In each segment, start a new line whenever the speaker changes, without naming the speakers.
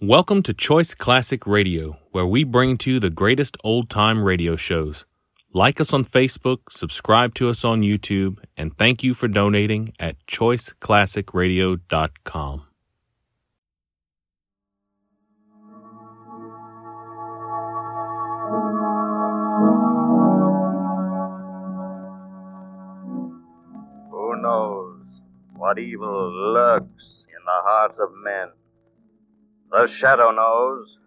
Welcome to Choice Classic Radio, where we bring to you the greatest old time radio shows. Like us on Facebook, subscribe to us on YouTube, and thank you for donating at choiceclassicradio.com.
Who knows what evil lurks in the hearts of men? The shadow knows.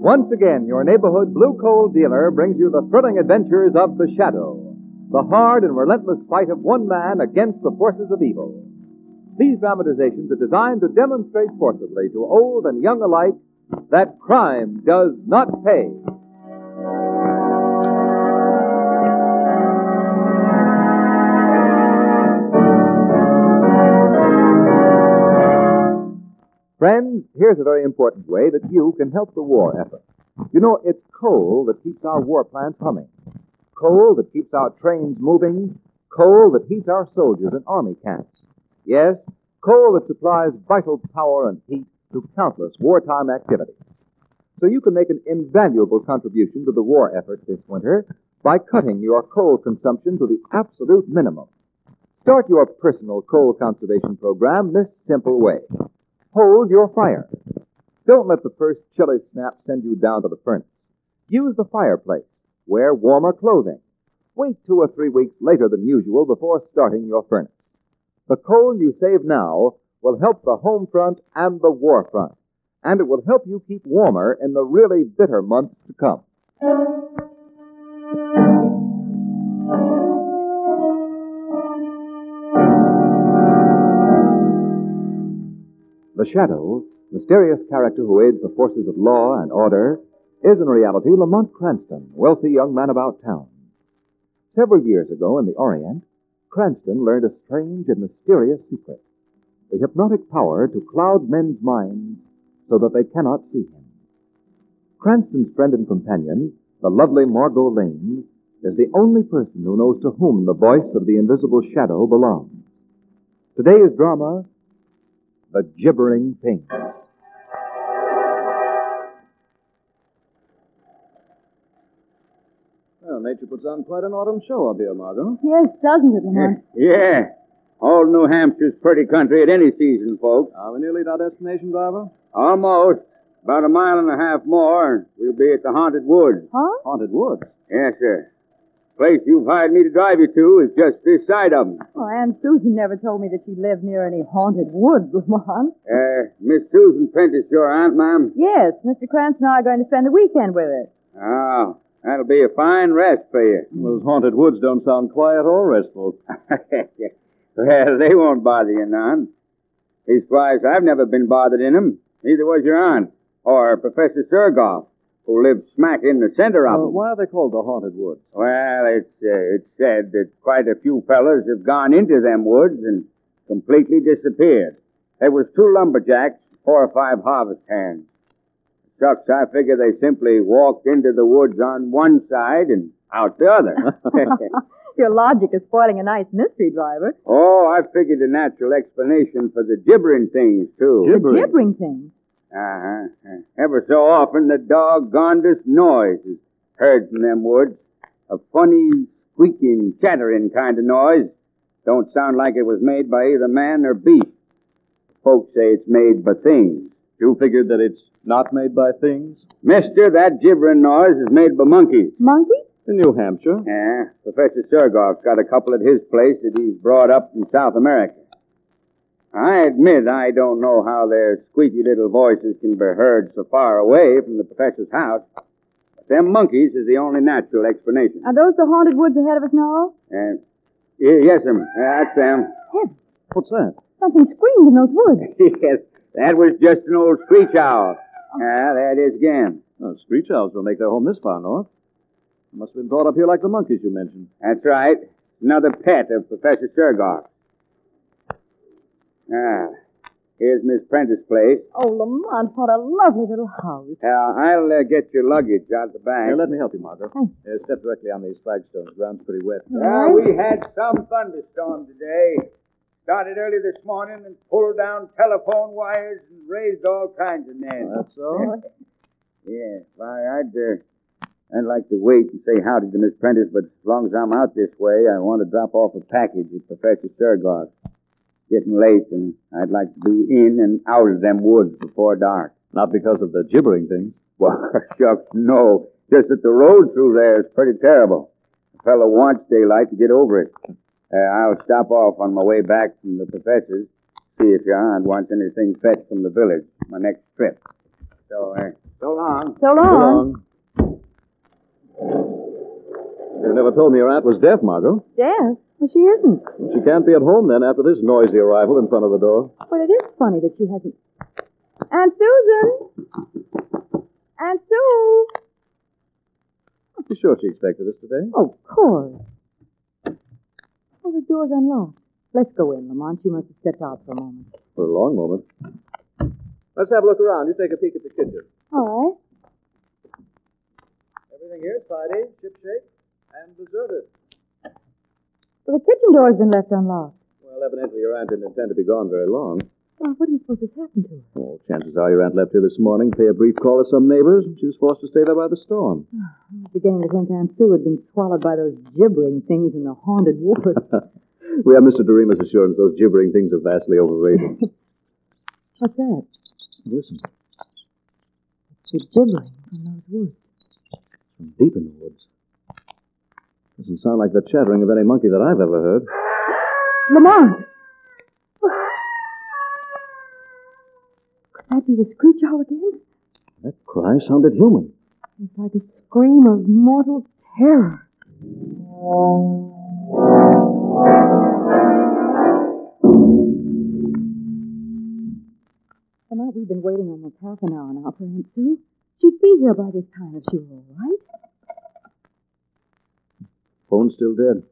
Once again, your neighborhood blue coal dealer brings you the thrilling adventures of The Shadow, the hard and relentless fight of one man against the forces of evil. These dramatizations are designed to demonstrate forcibly to old and young alike that crime does not pay. Friends, here's a very important way that you can help the war effort. You know, it's coal that keeps our war plants humming, coal that keeps our trains moving, coal that heats our soldiers in army camps. Yes, coal that supplies vital power and heat to countless wartime activities. So you can make an invaluable contribution to the war effort this winter by cutting your coal consumption to the absolute minimum. Start your personal coal conservation program this simple way hold your fire. Don't let the first chilly snap send you down to the furnace. Use the fireplace. Wear warmer clothing. Wait two or three weeks later than usual before starting your furnace. The coal you save now will help the home front and the war front, and it will help you keep warmer in the really bitter months to come. The Shadow, mysterious character who aids the forces of law and order, is in reality Lamont Cranston, wealthy young man about town. Several years ago in the Orient, Cranston learned a strange and mysterious secret the hypnotic power to cloud men's minds so that they cannot see him. Cranston's friend and companion, the lovely Margot Lane, is the only person who knows to whom the voice of the invisible shadow belongs. Today's drama the gibbering things.
Well, nature puts on quite an autumn show up here, Margot.
Yes, doesn't it, Lamont?
Yeah. Old New Hampshire's pretty country at any season, folks.
Are we nearly at our destination, driver?
Almost. About a mile and a half more, and we'll be at the Haunted Woods.
Huh?
Haunted woods.
Yes, sir. Place you've hired me to drive you to is just this side of 'em.
Oh, Aunt Susan never told me that she lived near any haunted woods, Lamont.
Uh, Miss Susan Fent is your aunt, ma'am.
Yes, Mr. Cranston and I are going to spend the weekend with her.
Oh, that'll be a fine rest for you.
Those haunted woods don't sound quiet or restful.
well, they won't bother you none. These flies, I've never been bothered in 'em. Neither was your aunt, or Professor Sergoff, who lives smack in the center of 'em.
Uh, why are they called the haunted woods?
Well, it's, uh, it's said that quite a few fellows have gone into them woods and completely disappeared. There was two lumberjacks, four or five harvest hands. Shucks, I figure they simply walked into the woods on one side and out the other.
Your logic is spoiling a nice mystery, driver.
oh, I figured a natural explanation for the gibbering things, too.
The gibbering thing.
Uh-huh. Ever so often the doggondest noise is heard from them woods. A funny, squeaking, chattering kind of noise. Don't sound like it was made by either man or beast. Folks say it's made by things.
You figured that it's not made by things?
Mister, that gibbering noise is made by monkeys.
Monkey?
In New Hampshire.
Yeah, Professor Sergoff's got a couple at his place that he's brought up from South America. I admit I don't know how their squeaky little voices can be heard so far away from the professor's house, but them monkeys is the only natural explanation.
Are those the haunted woods ahead of us now?
Uh, y- yes, ma'am. Uh, that's them.
Heaven,
What's that?
something screamed in those woods.
yes, that was just an old screech owl. Ah, there it is again.
Oh, screech owls don't make their home this far north. They must have been brought up here like the monkeys you mentioned.
That's right. Another pet of Professor Sergoff. Ah, here's Miss Prentice's place.
Oh, Lamont, what a lovely little house.
Uh, I'll uh, get your luggage out of the
Here,
bag.
let me help you, Margot.
Thanks.
Ah,
Uh, step directly on these flagstones. The ground's pretty wet.
Well, we had some thunderstorm today. started early this morning and pulled down telephone wires and raised all kinds of names.
That's
Oh.
so?
Yeah, why, I'd, uh, I'd like to wait and say howdy to Miss Prentice, but as long as I'm out this way, I want to drop off a package at Professor Sturgar's. Getting late, and I'd like to be in and out of them woods before dark.
Not because of the gibbering thing.
Well, shucks, no. Just that the road through there is pretty terrible. A fellow wants daylight to get over it. Uh, I'll stop off on my way back from the professor's, see if your aunt wants anything fetched from the village, my next trip. So, uh, so long.
So long.
You never told me your aunt was deaf, Margot.
Death? Well, she isn't.
She can't be at home then after this noisy arrival in front of the door.
But it is funny that she hasn't. Aunt Susan! Aunt Sue!
You sure she expected us today?
Oh, of course. Oh, the door's unlocked. Let's go in, Lamont. She must have stepped out for a moment.
For a long moment. Let's have a look around. You take a peek at the kitchen.
All right.
Everything here, tidy, shipshape, and deserted.
Well, the kitchen door's been left unlocked.
Well, evidently your aunt didn't intend to be gone very long.
Well, what do you suppose has happened to her?
Oh, chances are your aunt left here this morning, pay a brief call to some neighbors, and she was forced to stay there by the storm.
I was beginning to think Aunt Sue had been swallowed by those gibbering things in the haunted woods.
We have Mr. Doremus' assurance those gibbering things are vastly overrated.
What's that?
Listen,
It's the gibbering from those woods.
from deep in the woods. Doesn't sound like the chattering of any monkey that I've ever heard.
Lamont! Could that be the screech owl again?
That cry sounded human.
It's like a scream of mortal terror. Lamont, we've been waiting almost half an hour now for Aunt Sue. She'd be here by this time if she were all right.
Phone's still dead.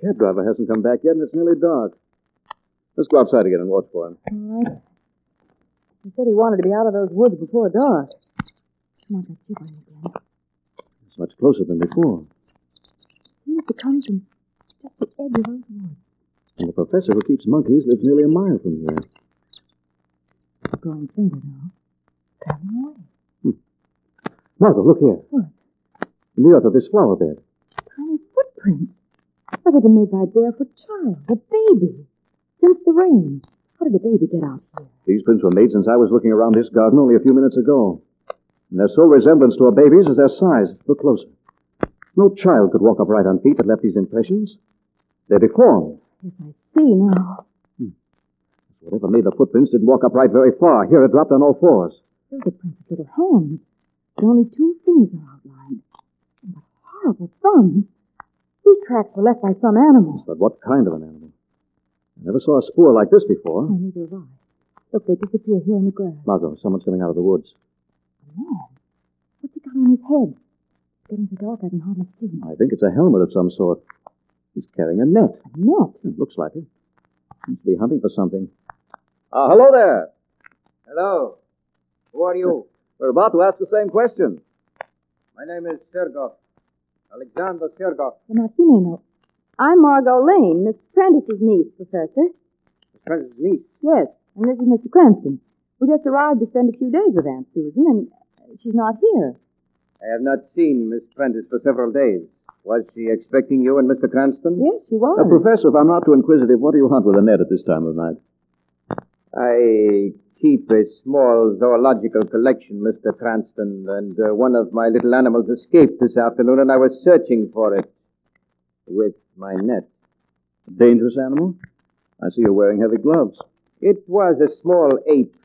Cab driver hasn't come back yet, and it's nearly dark. Let's go outside again and watch for him.
All right. He said he wanted to be out of those woods before dark. Come on, that gibbering again.
It's much closer than before.
Seems to come from just the edge of those woods.
And the professor who keeps monkeys lives nearly a mile from here.
It's growing fainter now. Traveling away.
Margot, look here.
What?
In the earth of this flower bed.
Tiny footprints. Like they've been made by a barefoot child, a baby. Since the rain. How did the baby get out here?
These prints were made since I was looking around this garden only a few minutes ago. And their sole resemblance to a baby's is their size. Look closer. No child could walk upright on feet that left these impressions. They're deformed.
Yes, I see now.
Whatever made the footprints didn't walk upright very far. Here it dropped on all fours.
Those are prints of little hands. And only two fingers are outlined. And what horrible thumbs. These tracks were left by some animal.
But what kind of an animal? I never saw a spoor like this
Oh,
before.
neither have I. Look, they disappear here in the grass.
Margot, someone's coming out of the woods.
Man, what's he got on his head? It's getting so dark I can hardly see. A
I think it's a helmet of some sort. He's carrying a net.
net.
It looks like it. Must be hunting for something.
Ah,
Uh, hello there. Hello. Who are you?
We're about to ask the same question.
My name is Sergov. Alexander Sergov.
Lamont, he may know. I'm Margot Lane, Miss Prentice's niece, Professor.
Prentice's niece.
Yes, and this is Mr. Cranston. We just arrived to spend a few days with Aunt Susan, and uh, she's not here.
I have not seen Miss Prentice for several days. Was she expecting you and Mr. Cranston?
Yes, she was.
Uh, professor, if I'm not too inquisitive, what do you hunt with a net at this time of night?
I keep a small zoological collection, Mr. Cranston, and uh, one of my little animals escaped this afternoon, and I was searching for it with my net.
A dangerous animal? I see you're wearing heavy gloves.
It was a small ape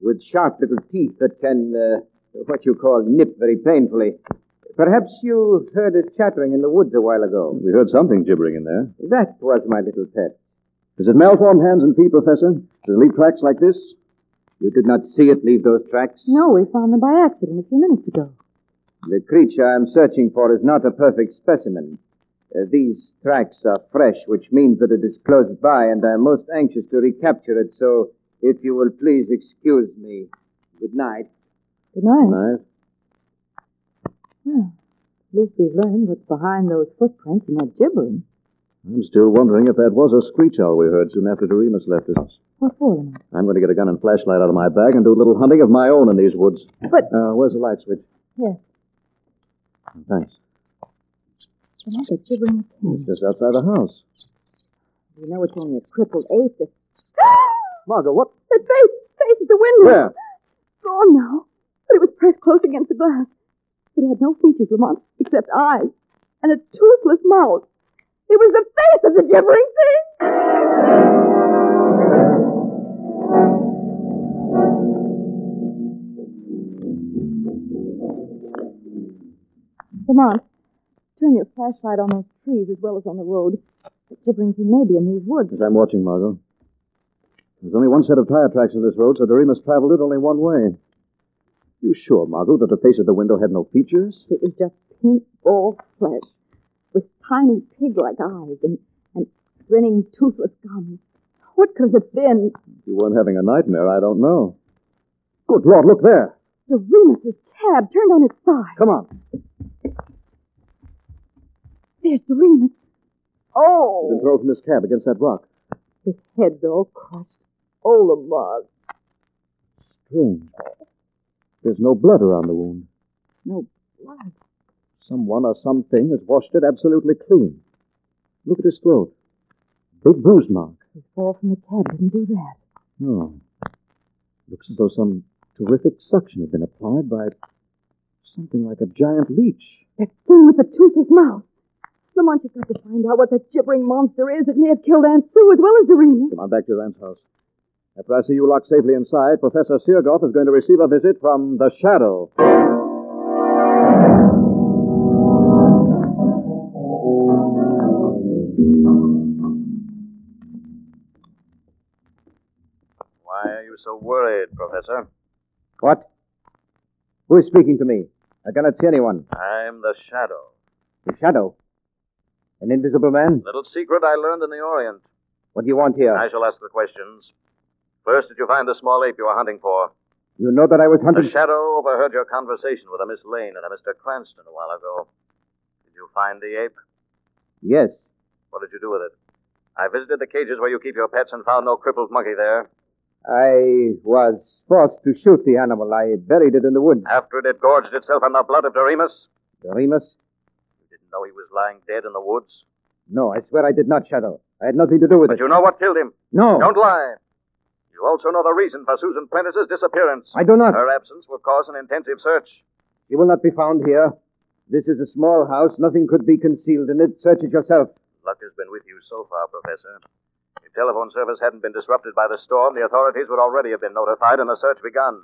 with sharp little teeth that can, uh, what you call, nip very painfully. Perhaps you heard it chattering in the woods a while ago.
We heard something gibbering in there.
That was my little pet.
Is it malformed hands and feet, Professor? Does it leave tracks like this?
You did not see it leave those tracks?
No, we found them by accident a few minutes ago.
The creature I'm searching for is not a perfect specimen. Uh, these tracks are fresh, which means that it is close by, and I'm most anxious to recapture it, so if you will please excuse me. Good night.
Good night.
Knife?
Well, at least we've learned what's behind those footprints and that gibbering.
I'm still wondering if that was a screech owl we heard soon after Doremus left us.
What for, Lamont?
I'm going to get a gun and flashlight out of my bag and do a little hunting of my own in these woods.
But-
Uh, where's the light switch?
Here.
Thanks.
Lamont, a gibbering
It's just outside the house.
You know it's only a crippled ape that...
Margot, what?
That face, face at the window.
Where?
Gone now. But it was pressed close against the glass. It had no features, Lamont, except eyes and a toothless mouth. It was the face of the gibbering thing. Lamont, turn your flashlight on those trees as well as on the road. The gibbering thing may be in these woods.
As I'm watching, Margot. There's only one set of tire tracks on this road, so Doremus traveled it only one way. You sure, Margot, that the face at the window had no features?
It was just pink ball flesh with tiny pig like eyes and, and grinning toothless gums. What could it have been?
If you weren't having a nightmare, I don't know. Good Lord, look there.
Doremus's cab turned on its side.
Come on. He's
There's Doremus.
been
Oh!
thrown from his cab against that rock.
His head's all crushed. Oh, Lamont.
Strange. There's no blood around the wound.
No blood.
Someone or something has washed it absolutely clean. Look at his throat. Big bruise mark.
His fall from the cab didn't do that.
No. Looks as though some terrific suction had been applied by something like a giant leech.
That thing with the toothless mouth. Lamont, you've got to find out what that gibbering monster is that may have killed Aunt Sue as well as Doremus.
Come on back to your aunt's house. After I see you locked safely inside, Professor Seargoff is going to receive a visit from the Shadow.
Why are you so worried, Professor?
What? Who is speaking to me? I cannot see anyone.
I'm the Shadow.
The Shadow? An invisible man?
Little secret I learned in the Orient.
What do you want here?
I shall ask the questions. First, did you find the small ape you were hunting for?
You know that I was
The shadow overheard your conversation with a Miss Lane and a Mr. Cranston a while ago. Did you find the ape?
Yes.
What did you do with it? I visited the cages where you keep your pets and found no crippled monkey there.
I was forced to shoot the animal. I buried it in the woods.
After it had gorged itself on the blood of Doremus,
Remus?
you didn't know he was lying dead in the woods.
No, I swear I did not, Shadow. I had nothing to do with
But
it.
you know what killed him.
No.
Don't lie. You also know the reason for Susan Prentice's disappearance.
I do not.
Her absence will cause an intensive search.
She will not be found here. This is a small house. Nothing could be concealed in it. Search it yourself.
Luck has been with you so far, Professor. If telephone service hadn't been disrupted by the storm, the authorities would already have been notified and the search begun.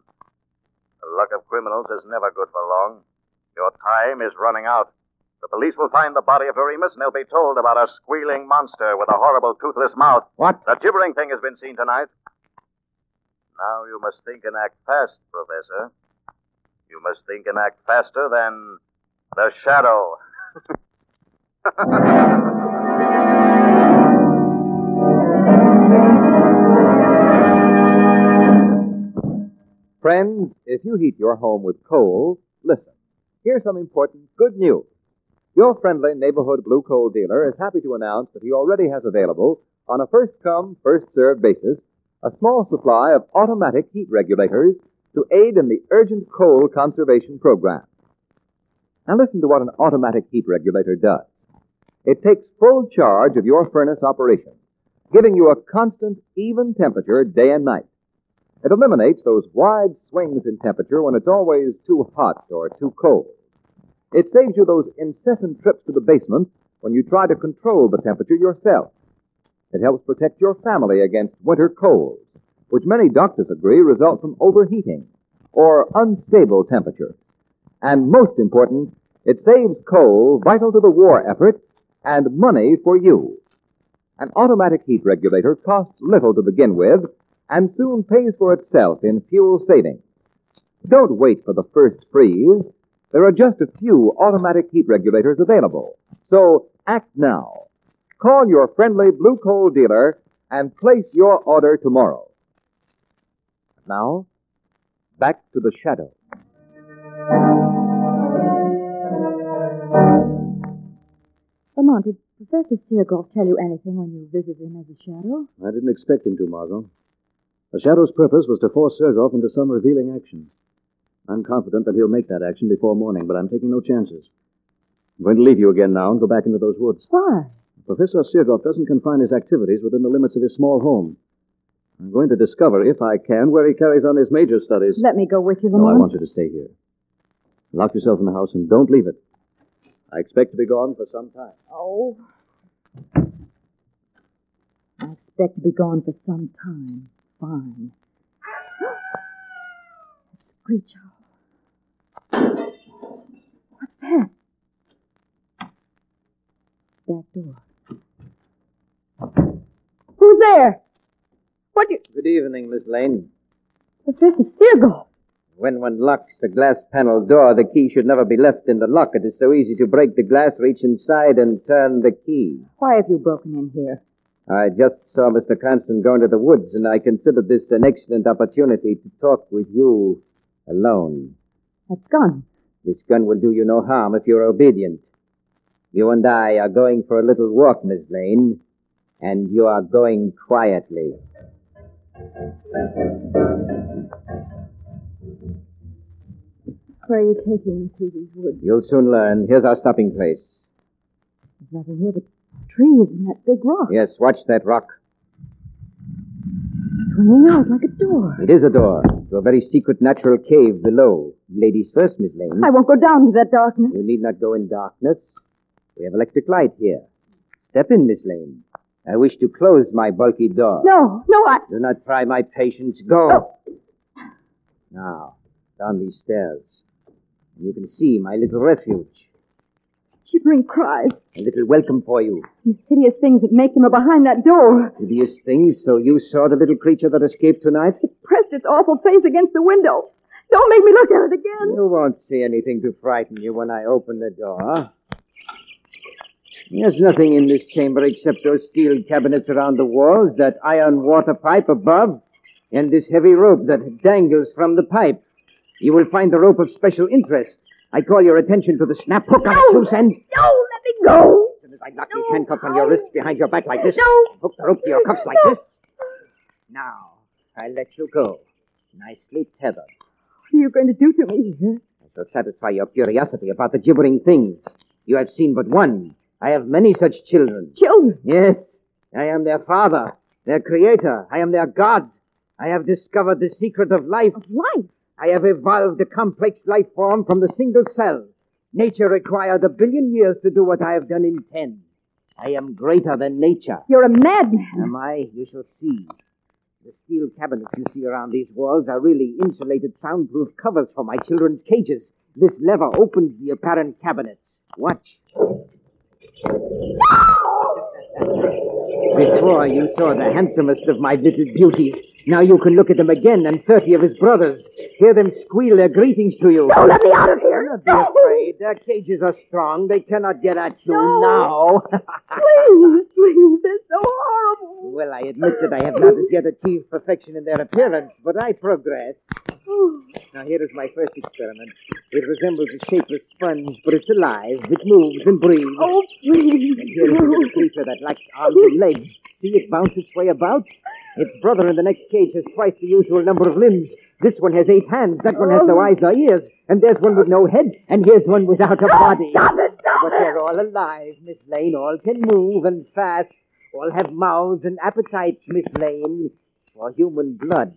The luck of criminals is never good for long. Your time is running out. The police will find the body of Doremus and they'll be told about a squealing monster with a horrible toothless mouth.
What?
The gibbering thing has been seen tonight. Now you must think and act fast, Professor. You must think and act faster than the shadow.
Friends, if you heat your home with coal, listen. Here's some important good news. Your friendly neighborhood blue coal dealer is happy to announce that he already has available, on a first come, first served basis, a small supply of automatic heat regulators to aid in the urgent coal conservation program. Now, listen to what an automatic heat regulator does it takes full charge of your furnace operation, giving you a constant, even temperature day and night. It eliminates those wide swings in temperature when it's always too hot or too cold. It saves you those incessant trips to the basement when you try to control the temperature yourself. It helps protect your family against winter colds, which many doctors agree result from overheating or unstable temperatures. And most important, it saves coal vital to the war effort and money for you. An automatic heat regulator costs little to begin with and soon pays for itself in fuel savings. Don't wait for the first freeze. There are just a few automatic heat regulators available. So act now. Call your friendly blue coal dealer and place your order tomorrow. Now, back to the shadow.
Lamont, Lamont, did Professor Seagoff tell you anything when you visited him as a shadow?
I didn't expect him to, Margot. The Shadow's purpose was to force Sergov into some revealing action. I'm confident that he'll make that action before morning, but I'm taking no chances. I'm going to leave you again now and go back into those woods.
Why?
Professor Sergov doesn't confine his activities within the limits of his small home. I'm going to discover, if I can, where he carries on his major studies.
Let me go with you,
No,
Lamont.
I want you to stay here. Lock yourself in the house and don't leave it. I expect to be gone for some time.
Oh. I expect to be gone for some time. Fine. A Screech owl. What's that? Back door. Who's there? What do you.
Good evening, Miss Lane.
Professor Seagull.
When one locks a glass panel door, the key should never be left in the lock. It is so easy to break the glass, reach inside, and turn the key.
Why have you broken in here?
I just saw Mr. Cranston go into the woods, and I considered this an excellent opportunity to talk with you alone.
That gun.
This gun will do you no harm if you're obedient. You and I are going for a little walk, Miss Lane, and you are going quietly.
Where are you taking me through these woods?
You'll soon learn. Here's our stopping place.
There's nothing here but trees and that big rock.
Yes, watch that rock.
Swinging out like a door.
It is a door to a very secret natural cave below. Ladies first, Miss Lane.
I won't go down to that darkness.
You need not go in darkness. We have electric light here. Step in, Miss Lane. I wish to close my bulky door.
No, no, I.
Do not try my patience. Go. Now, down these stairs. You can see my little refuge.
Shivering cries
A little welcome for you.
and hideous things that make them are behind that door.
Hideous things, so you saw the little creature that escaped tonight?
Pressed its awful face against the window. Don't make me look at it again.
You won't see anything to frighten you when I open the door. There's nothing in this chamber except those steel cabinets around the walls, that iron water pipe above, and this heavy rope that dangles from the pipe. You will find the rope of special interest. I call your attention to the snap hook on the loose end.
No, let me go.
As soon as I lock these handcuffs on your wrists behind your back like this,
No.
and hook the rope to your cuffs like
No.
this. Now, I let you go. Nicely tethered.
What are you going to do to me here?
To satisfy your curiosity about the gibbering things. You have seen but one. I have many such children.
Children.
Yes, I am their father, their creator. I am their God. I have discovered the secret of life.
Of life.
I have evolved a complex life form from the single cell. Nature required a billion years to do what I have done in ten. I am greater than nature.
You're a madman.
Am I? You shall see. The steel cabinets you see around these walls are really insulated soundproof covers for my children's cages. This lever opens the apparent cabinets. Watch. Before you saw the handsomest of my little beauties. Now you can look at them again and thirty of his brothers. Hear them squeal their greetings to you.
No, Oh, let me out of here.
Don't be afraid. Their cages are strong. They cannot get at you
No.
now.
Please, please. They're so horrible.
Well, I admit that I have not as yet achieved perfection in their appearance, but I progress.
Oh,
Now, here is my first experiment. It resembles a shapeless sponge, but it's alive. It moves and breathes.
oh, please.
And here is a little creature that lacks arms and legs. See it bounce its way about? Its brother in the next cage has twice the usual number of limbs. This one has eight hands, that one has no eyes nor ears, and there's one with no head, and here's one without a body.
Stop it, stop
But
it.
they're all alive, Miss Lane. All can move and fast. All have mouths and appetites, Miss Lane, for human blood.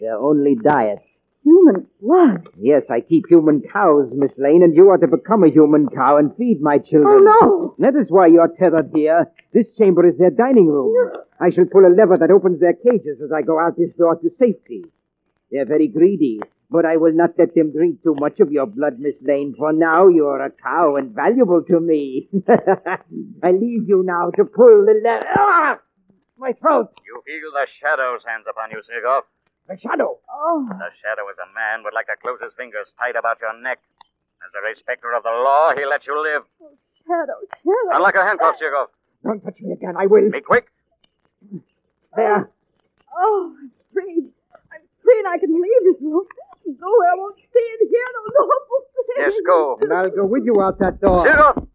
Their only diet.
Human blood.
Yes, I keep human cows, Miss Lane, and you are to become a human cow and feed my
Oh,
children.
no.
That is why you're tethered here. This chamber is their dining room. I shall pull a lever that opens their cages as I go out this door to safety. They're very greedy, but I will not let them drink too much of your blood, Miss Lane, for now you are a cow and valuable to me. I leave you now to pull the lever. Ah! My throat!
You feel the shadow's hands upon you, Sigov.
The shadow!
Oh.
The shadow is a man would like to close his fingers tight about your neck. As a respecter of the law, he lets you live.
Shadow, shadow.
Unlock your handcuffs, Sigov.
Don't touch me again, I will.
Be quick.
There.
Oh, I'm free. I'm free and I can leave this room. Go where I won't see and hear those awful things.
Yes, go.
And I'll go with you out that door.
Sigov!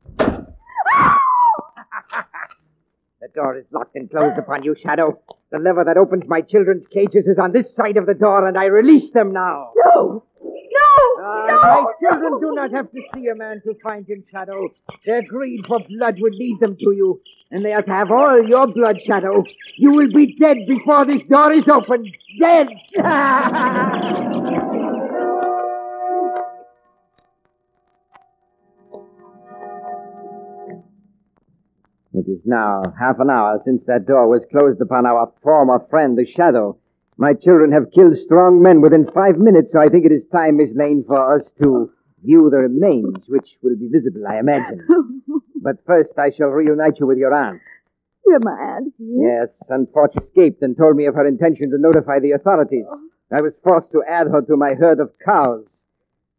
The door is locked and closed upon you, Shadow. The lever that opens my children's cages is on this side of the door, and I release them now.
No! No!
Ah,
no!
my children do not have to see a man to find him, Shadow. Their greed for blood would lead them to you, and they are to have all your blood, Shadow. You will be dead before this door is opened. Dead!
It is now half an hour since that door was closed upon our former friend, the Shadow. My children have killed strong men within five minutes, so I think it is time, Miss Lane, for us to view the remains, which will be visible, I imagine. But first, I shall reunite you with your aunt.
You're my aunt.
Yes, unfortunately escaped and told me of her intention to notify the authorities. I was forced to add her to my herd of cows.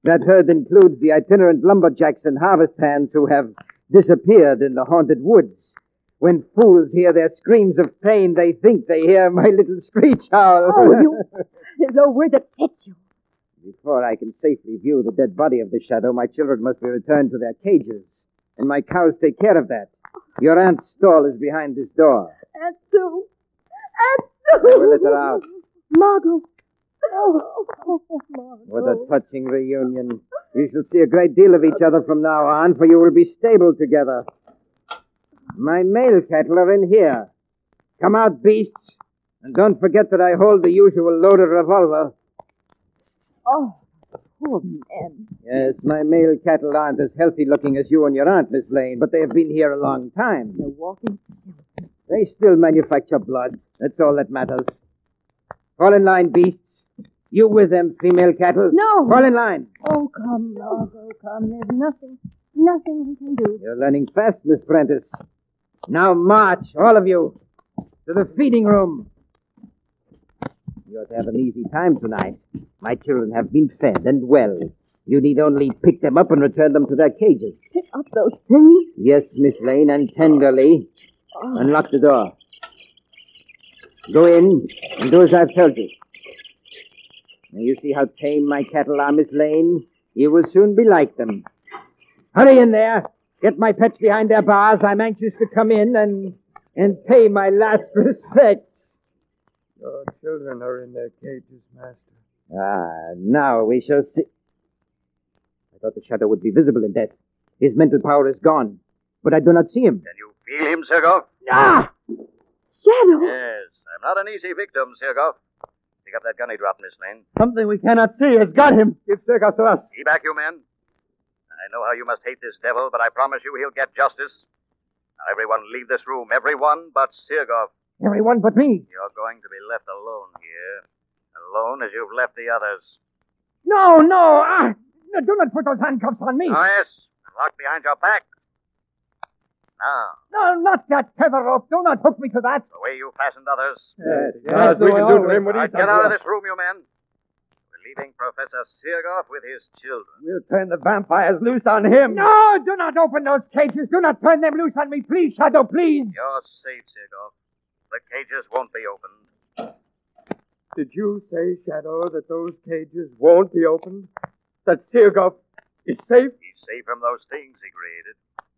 That herd includes the itinerant lumberjacks and harvest hands who have disappeared in the haunted woods. When fools hear their screams of pain, they think they hear my little screech owl.
Oh, you. There's no word that fits you.
Before I can safely view the dead body of the shadow, my children must be returned to their cages, and my cows take care of that. Your aunt's stall is behind this door.
Aunt Sue. Aunt Sue.
I will let her out.
Margot. Oh, oh, oh, Margot.
What a touching reunion. You shall see a great deal of each other from now on, for you will be stabled together. My male cattle are in here. Come out, beasts, and don't forget that I hold the usual loaded revolver.
Oh, poor man.
Yes, my male cattle aren't as healthy looking as you and your aunt, Miss Lane, but they have been here a long time.
They're walking.
They still manufacture blood. That's all that matters. Fall in line, beasts. You with them, female cattle.
No.
Fall in line.
Oh, come, Margot, come. There's nothing, nothing we can do.
You're learning fast, Miss Prentice. Now march, all of you, to the feeding room. You're to have an easy time tonight. My children have been fed and well. You need only pick them up and return them to their cages.
Pick up those things.
Yes, Miss Lane, and tenderly. Unlock the door. Go in and do as I've told you. Now you see how tame my cattle are, Miss Lane. You will soon be like them. Hurry in there. Get my pets behind their bars. I'm anxious to come in and and pay my last respects.
Your children are in their cages, Master.
Ah, now we shall see. I thought the shadow would be visible in death. His mental power is gone, but I do not see him.
Can you feel him, Sergov?
Ah!
Shadow.
Yes. I'm not an easy victim, Sergov. Pick up that gun he dropped, Miss Lane.
Something we cannot see has got him. Give Sergov to us.
Be back, you men. I know how you must hate this devil, but I promise you he'll get justice. Now, everyone leave this room. Everyone but Sergov.
Everyone but me.
You're going to be left alone here. Alone as you've left the others.
No, no. Ah, no, do not put those handcuffs on me.
Oh, yes. and Locked behind your back. Now,
No, not that tether rope. Do not hook me to that.
the way you fastened others.
Yes, we can do to him what
All
he
right, get out of this room, you men. We're leaving Professor Sirgoff with his children.
We'll turn the vampires loose on him.
No, do not open those cages. Do not turn them loose on me, please, Shadow, please.
You're safe, Sirgoff. The cages won't be opened.
Did you say, Shadow, that those cages won't be opened? That Sergov is safe?
He's safe from those things he created.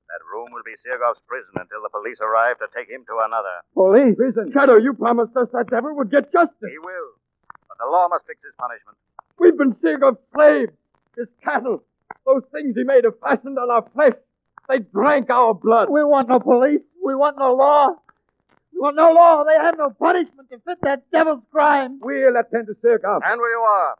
That room will be Sirgov's prison until the police arrive to take him to another.
Police? Prison. Shadow, you promised us that devil would get justice.
He will. But the law must fix his punishment.
We've been Sergov's slaves. His cattle. Those things he made have fastened on our flesh. They drank our blood. We want no police. We want no law. We want no law. They have no punishment to fit that devil's crime. We'll attend to Sergov.
And where you are.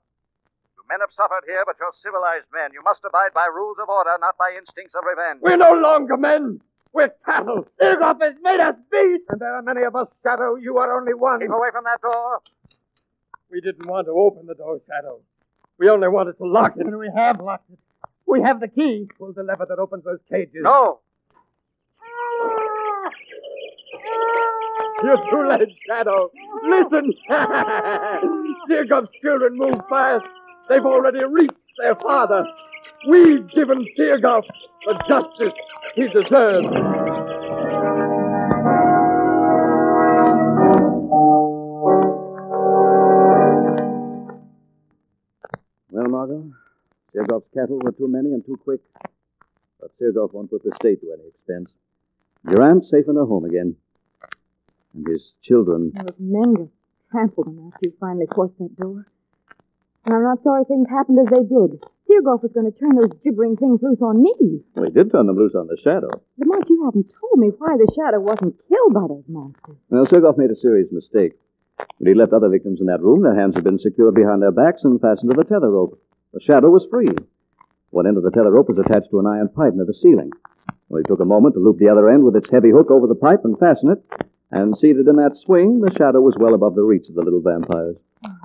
You men have suffered here, but you're civilized men. You must abide by rules of order, not by instincts of revenge.
We're no longer men. We're cattle. Sergov has made us beasts. And there are many of us, Shadow. You are only one.
Keep away from that door.
We didn't want to open the door, Shadow. We only wanted to lock it. And we have locked it. We have the key. Pull the lever that opens those cages.
No.
You're too late, Shadow. Listen. Sergov's children move fast. They've already reached their father. We've given Sergov the justice he deserves.
Well, Margot, Sergov's cattle were too many and too quick. But Sergov won't put the state to any expense. Your aunt's safe in her home again.
and his children.
Those men just trampled him after you finally forced that door. And I'm not sorry things happened as they did. Teargolf was going to turn those gibbering things loose on me.
Well, he did turn them loose on the shadow.
Lamont, you haven't told me why the shadow wasn't killed by those monsters.
Well, Sergov made a serious mistake. When he left other victims in that room, their hands had been secured behind their backs and fastened to the tether rope. The shadow was free. One end of the tether rope was attached to an iron pipe near the ceiling. Well, he took a moment to loop the other end with its heavy hook over the pipe and fasten it, and seated in that swing, the shadow was well above the reach of the little vampires.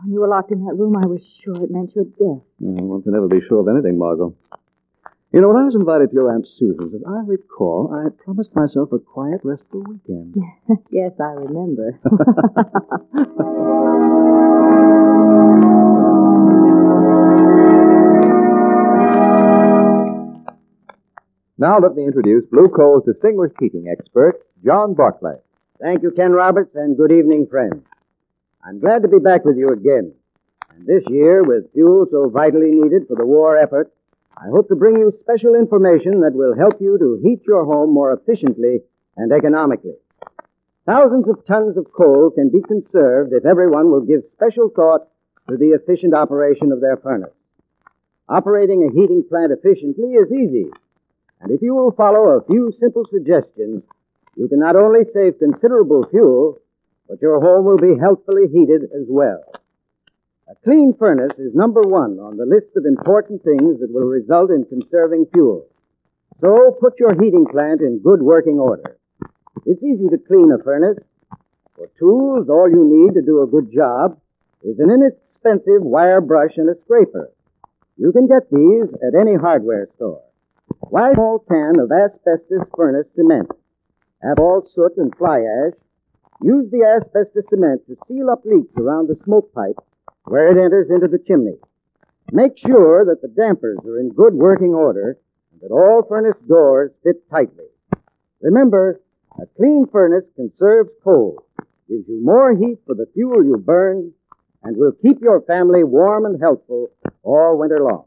When you were locked in that room, I was sure it meant your death.
Yeah, Mm, one can never be sure of anything, Margot. You know, when I was invited to your Aunt Susan's, as I recall, I had promised myself a quiet, restful weekend.
yes, I remember.
Now let me introduce Blue Coal's distinguished heating expert, John Barclay.
Thank you, Ken Roberts, and good evening, friends. I'm glad to be back with you again. And this year, with fuel so vitally needed for the war effort, I hope to bring you special information that will help you to heat your home more efficiently and economically. Thousands of tons of coal can be conserved if everyone will give special thought to the efficient operation of their furnace. Operating a heating plant efficiently is easy, and if you will follow a few simple suggestions, you can not only save considerable fuel, but your home will be healthfully heated as well. A clean furnace is number one on the list of important things that will result in conserving fuel. So put your heating plant in good working order. It's easy to clean a furnace. For tools, all you need to do a good job is an inexpensive wire brush and a scraper. You can get these at any hardware store. Why small can of asbestos furnace cement? Have all soot and fly ash. Use the asbestos cement to seal up leaks around the smoke pipe where it enters into the chimney. Make sure that the dampers are in good working order and that all furnace doors fit tightly. Remember, a clean furnace conserves coal, gives you more heat for the fuel you burn, and will keep your family warm and healthful all winter long.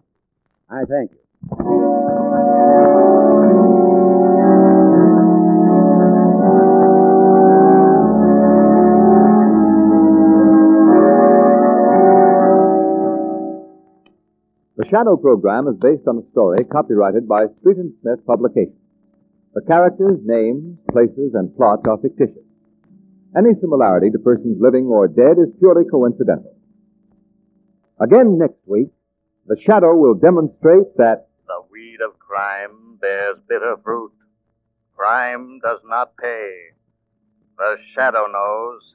I thank you.
The Shadow program is based on a story copyrighted by Street and Smith Publications. The characters, names, places, and plots are fictitious. Any similarity to persons living or dead is purely coincidental. Again next week, The Shadow will demonstrate that
The weed of crime bears bitter fruit. Crime does not pay. The shadow knows.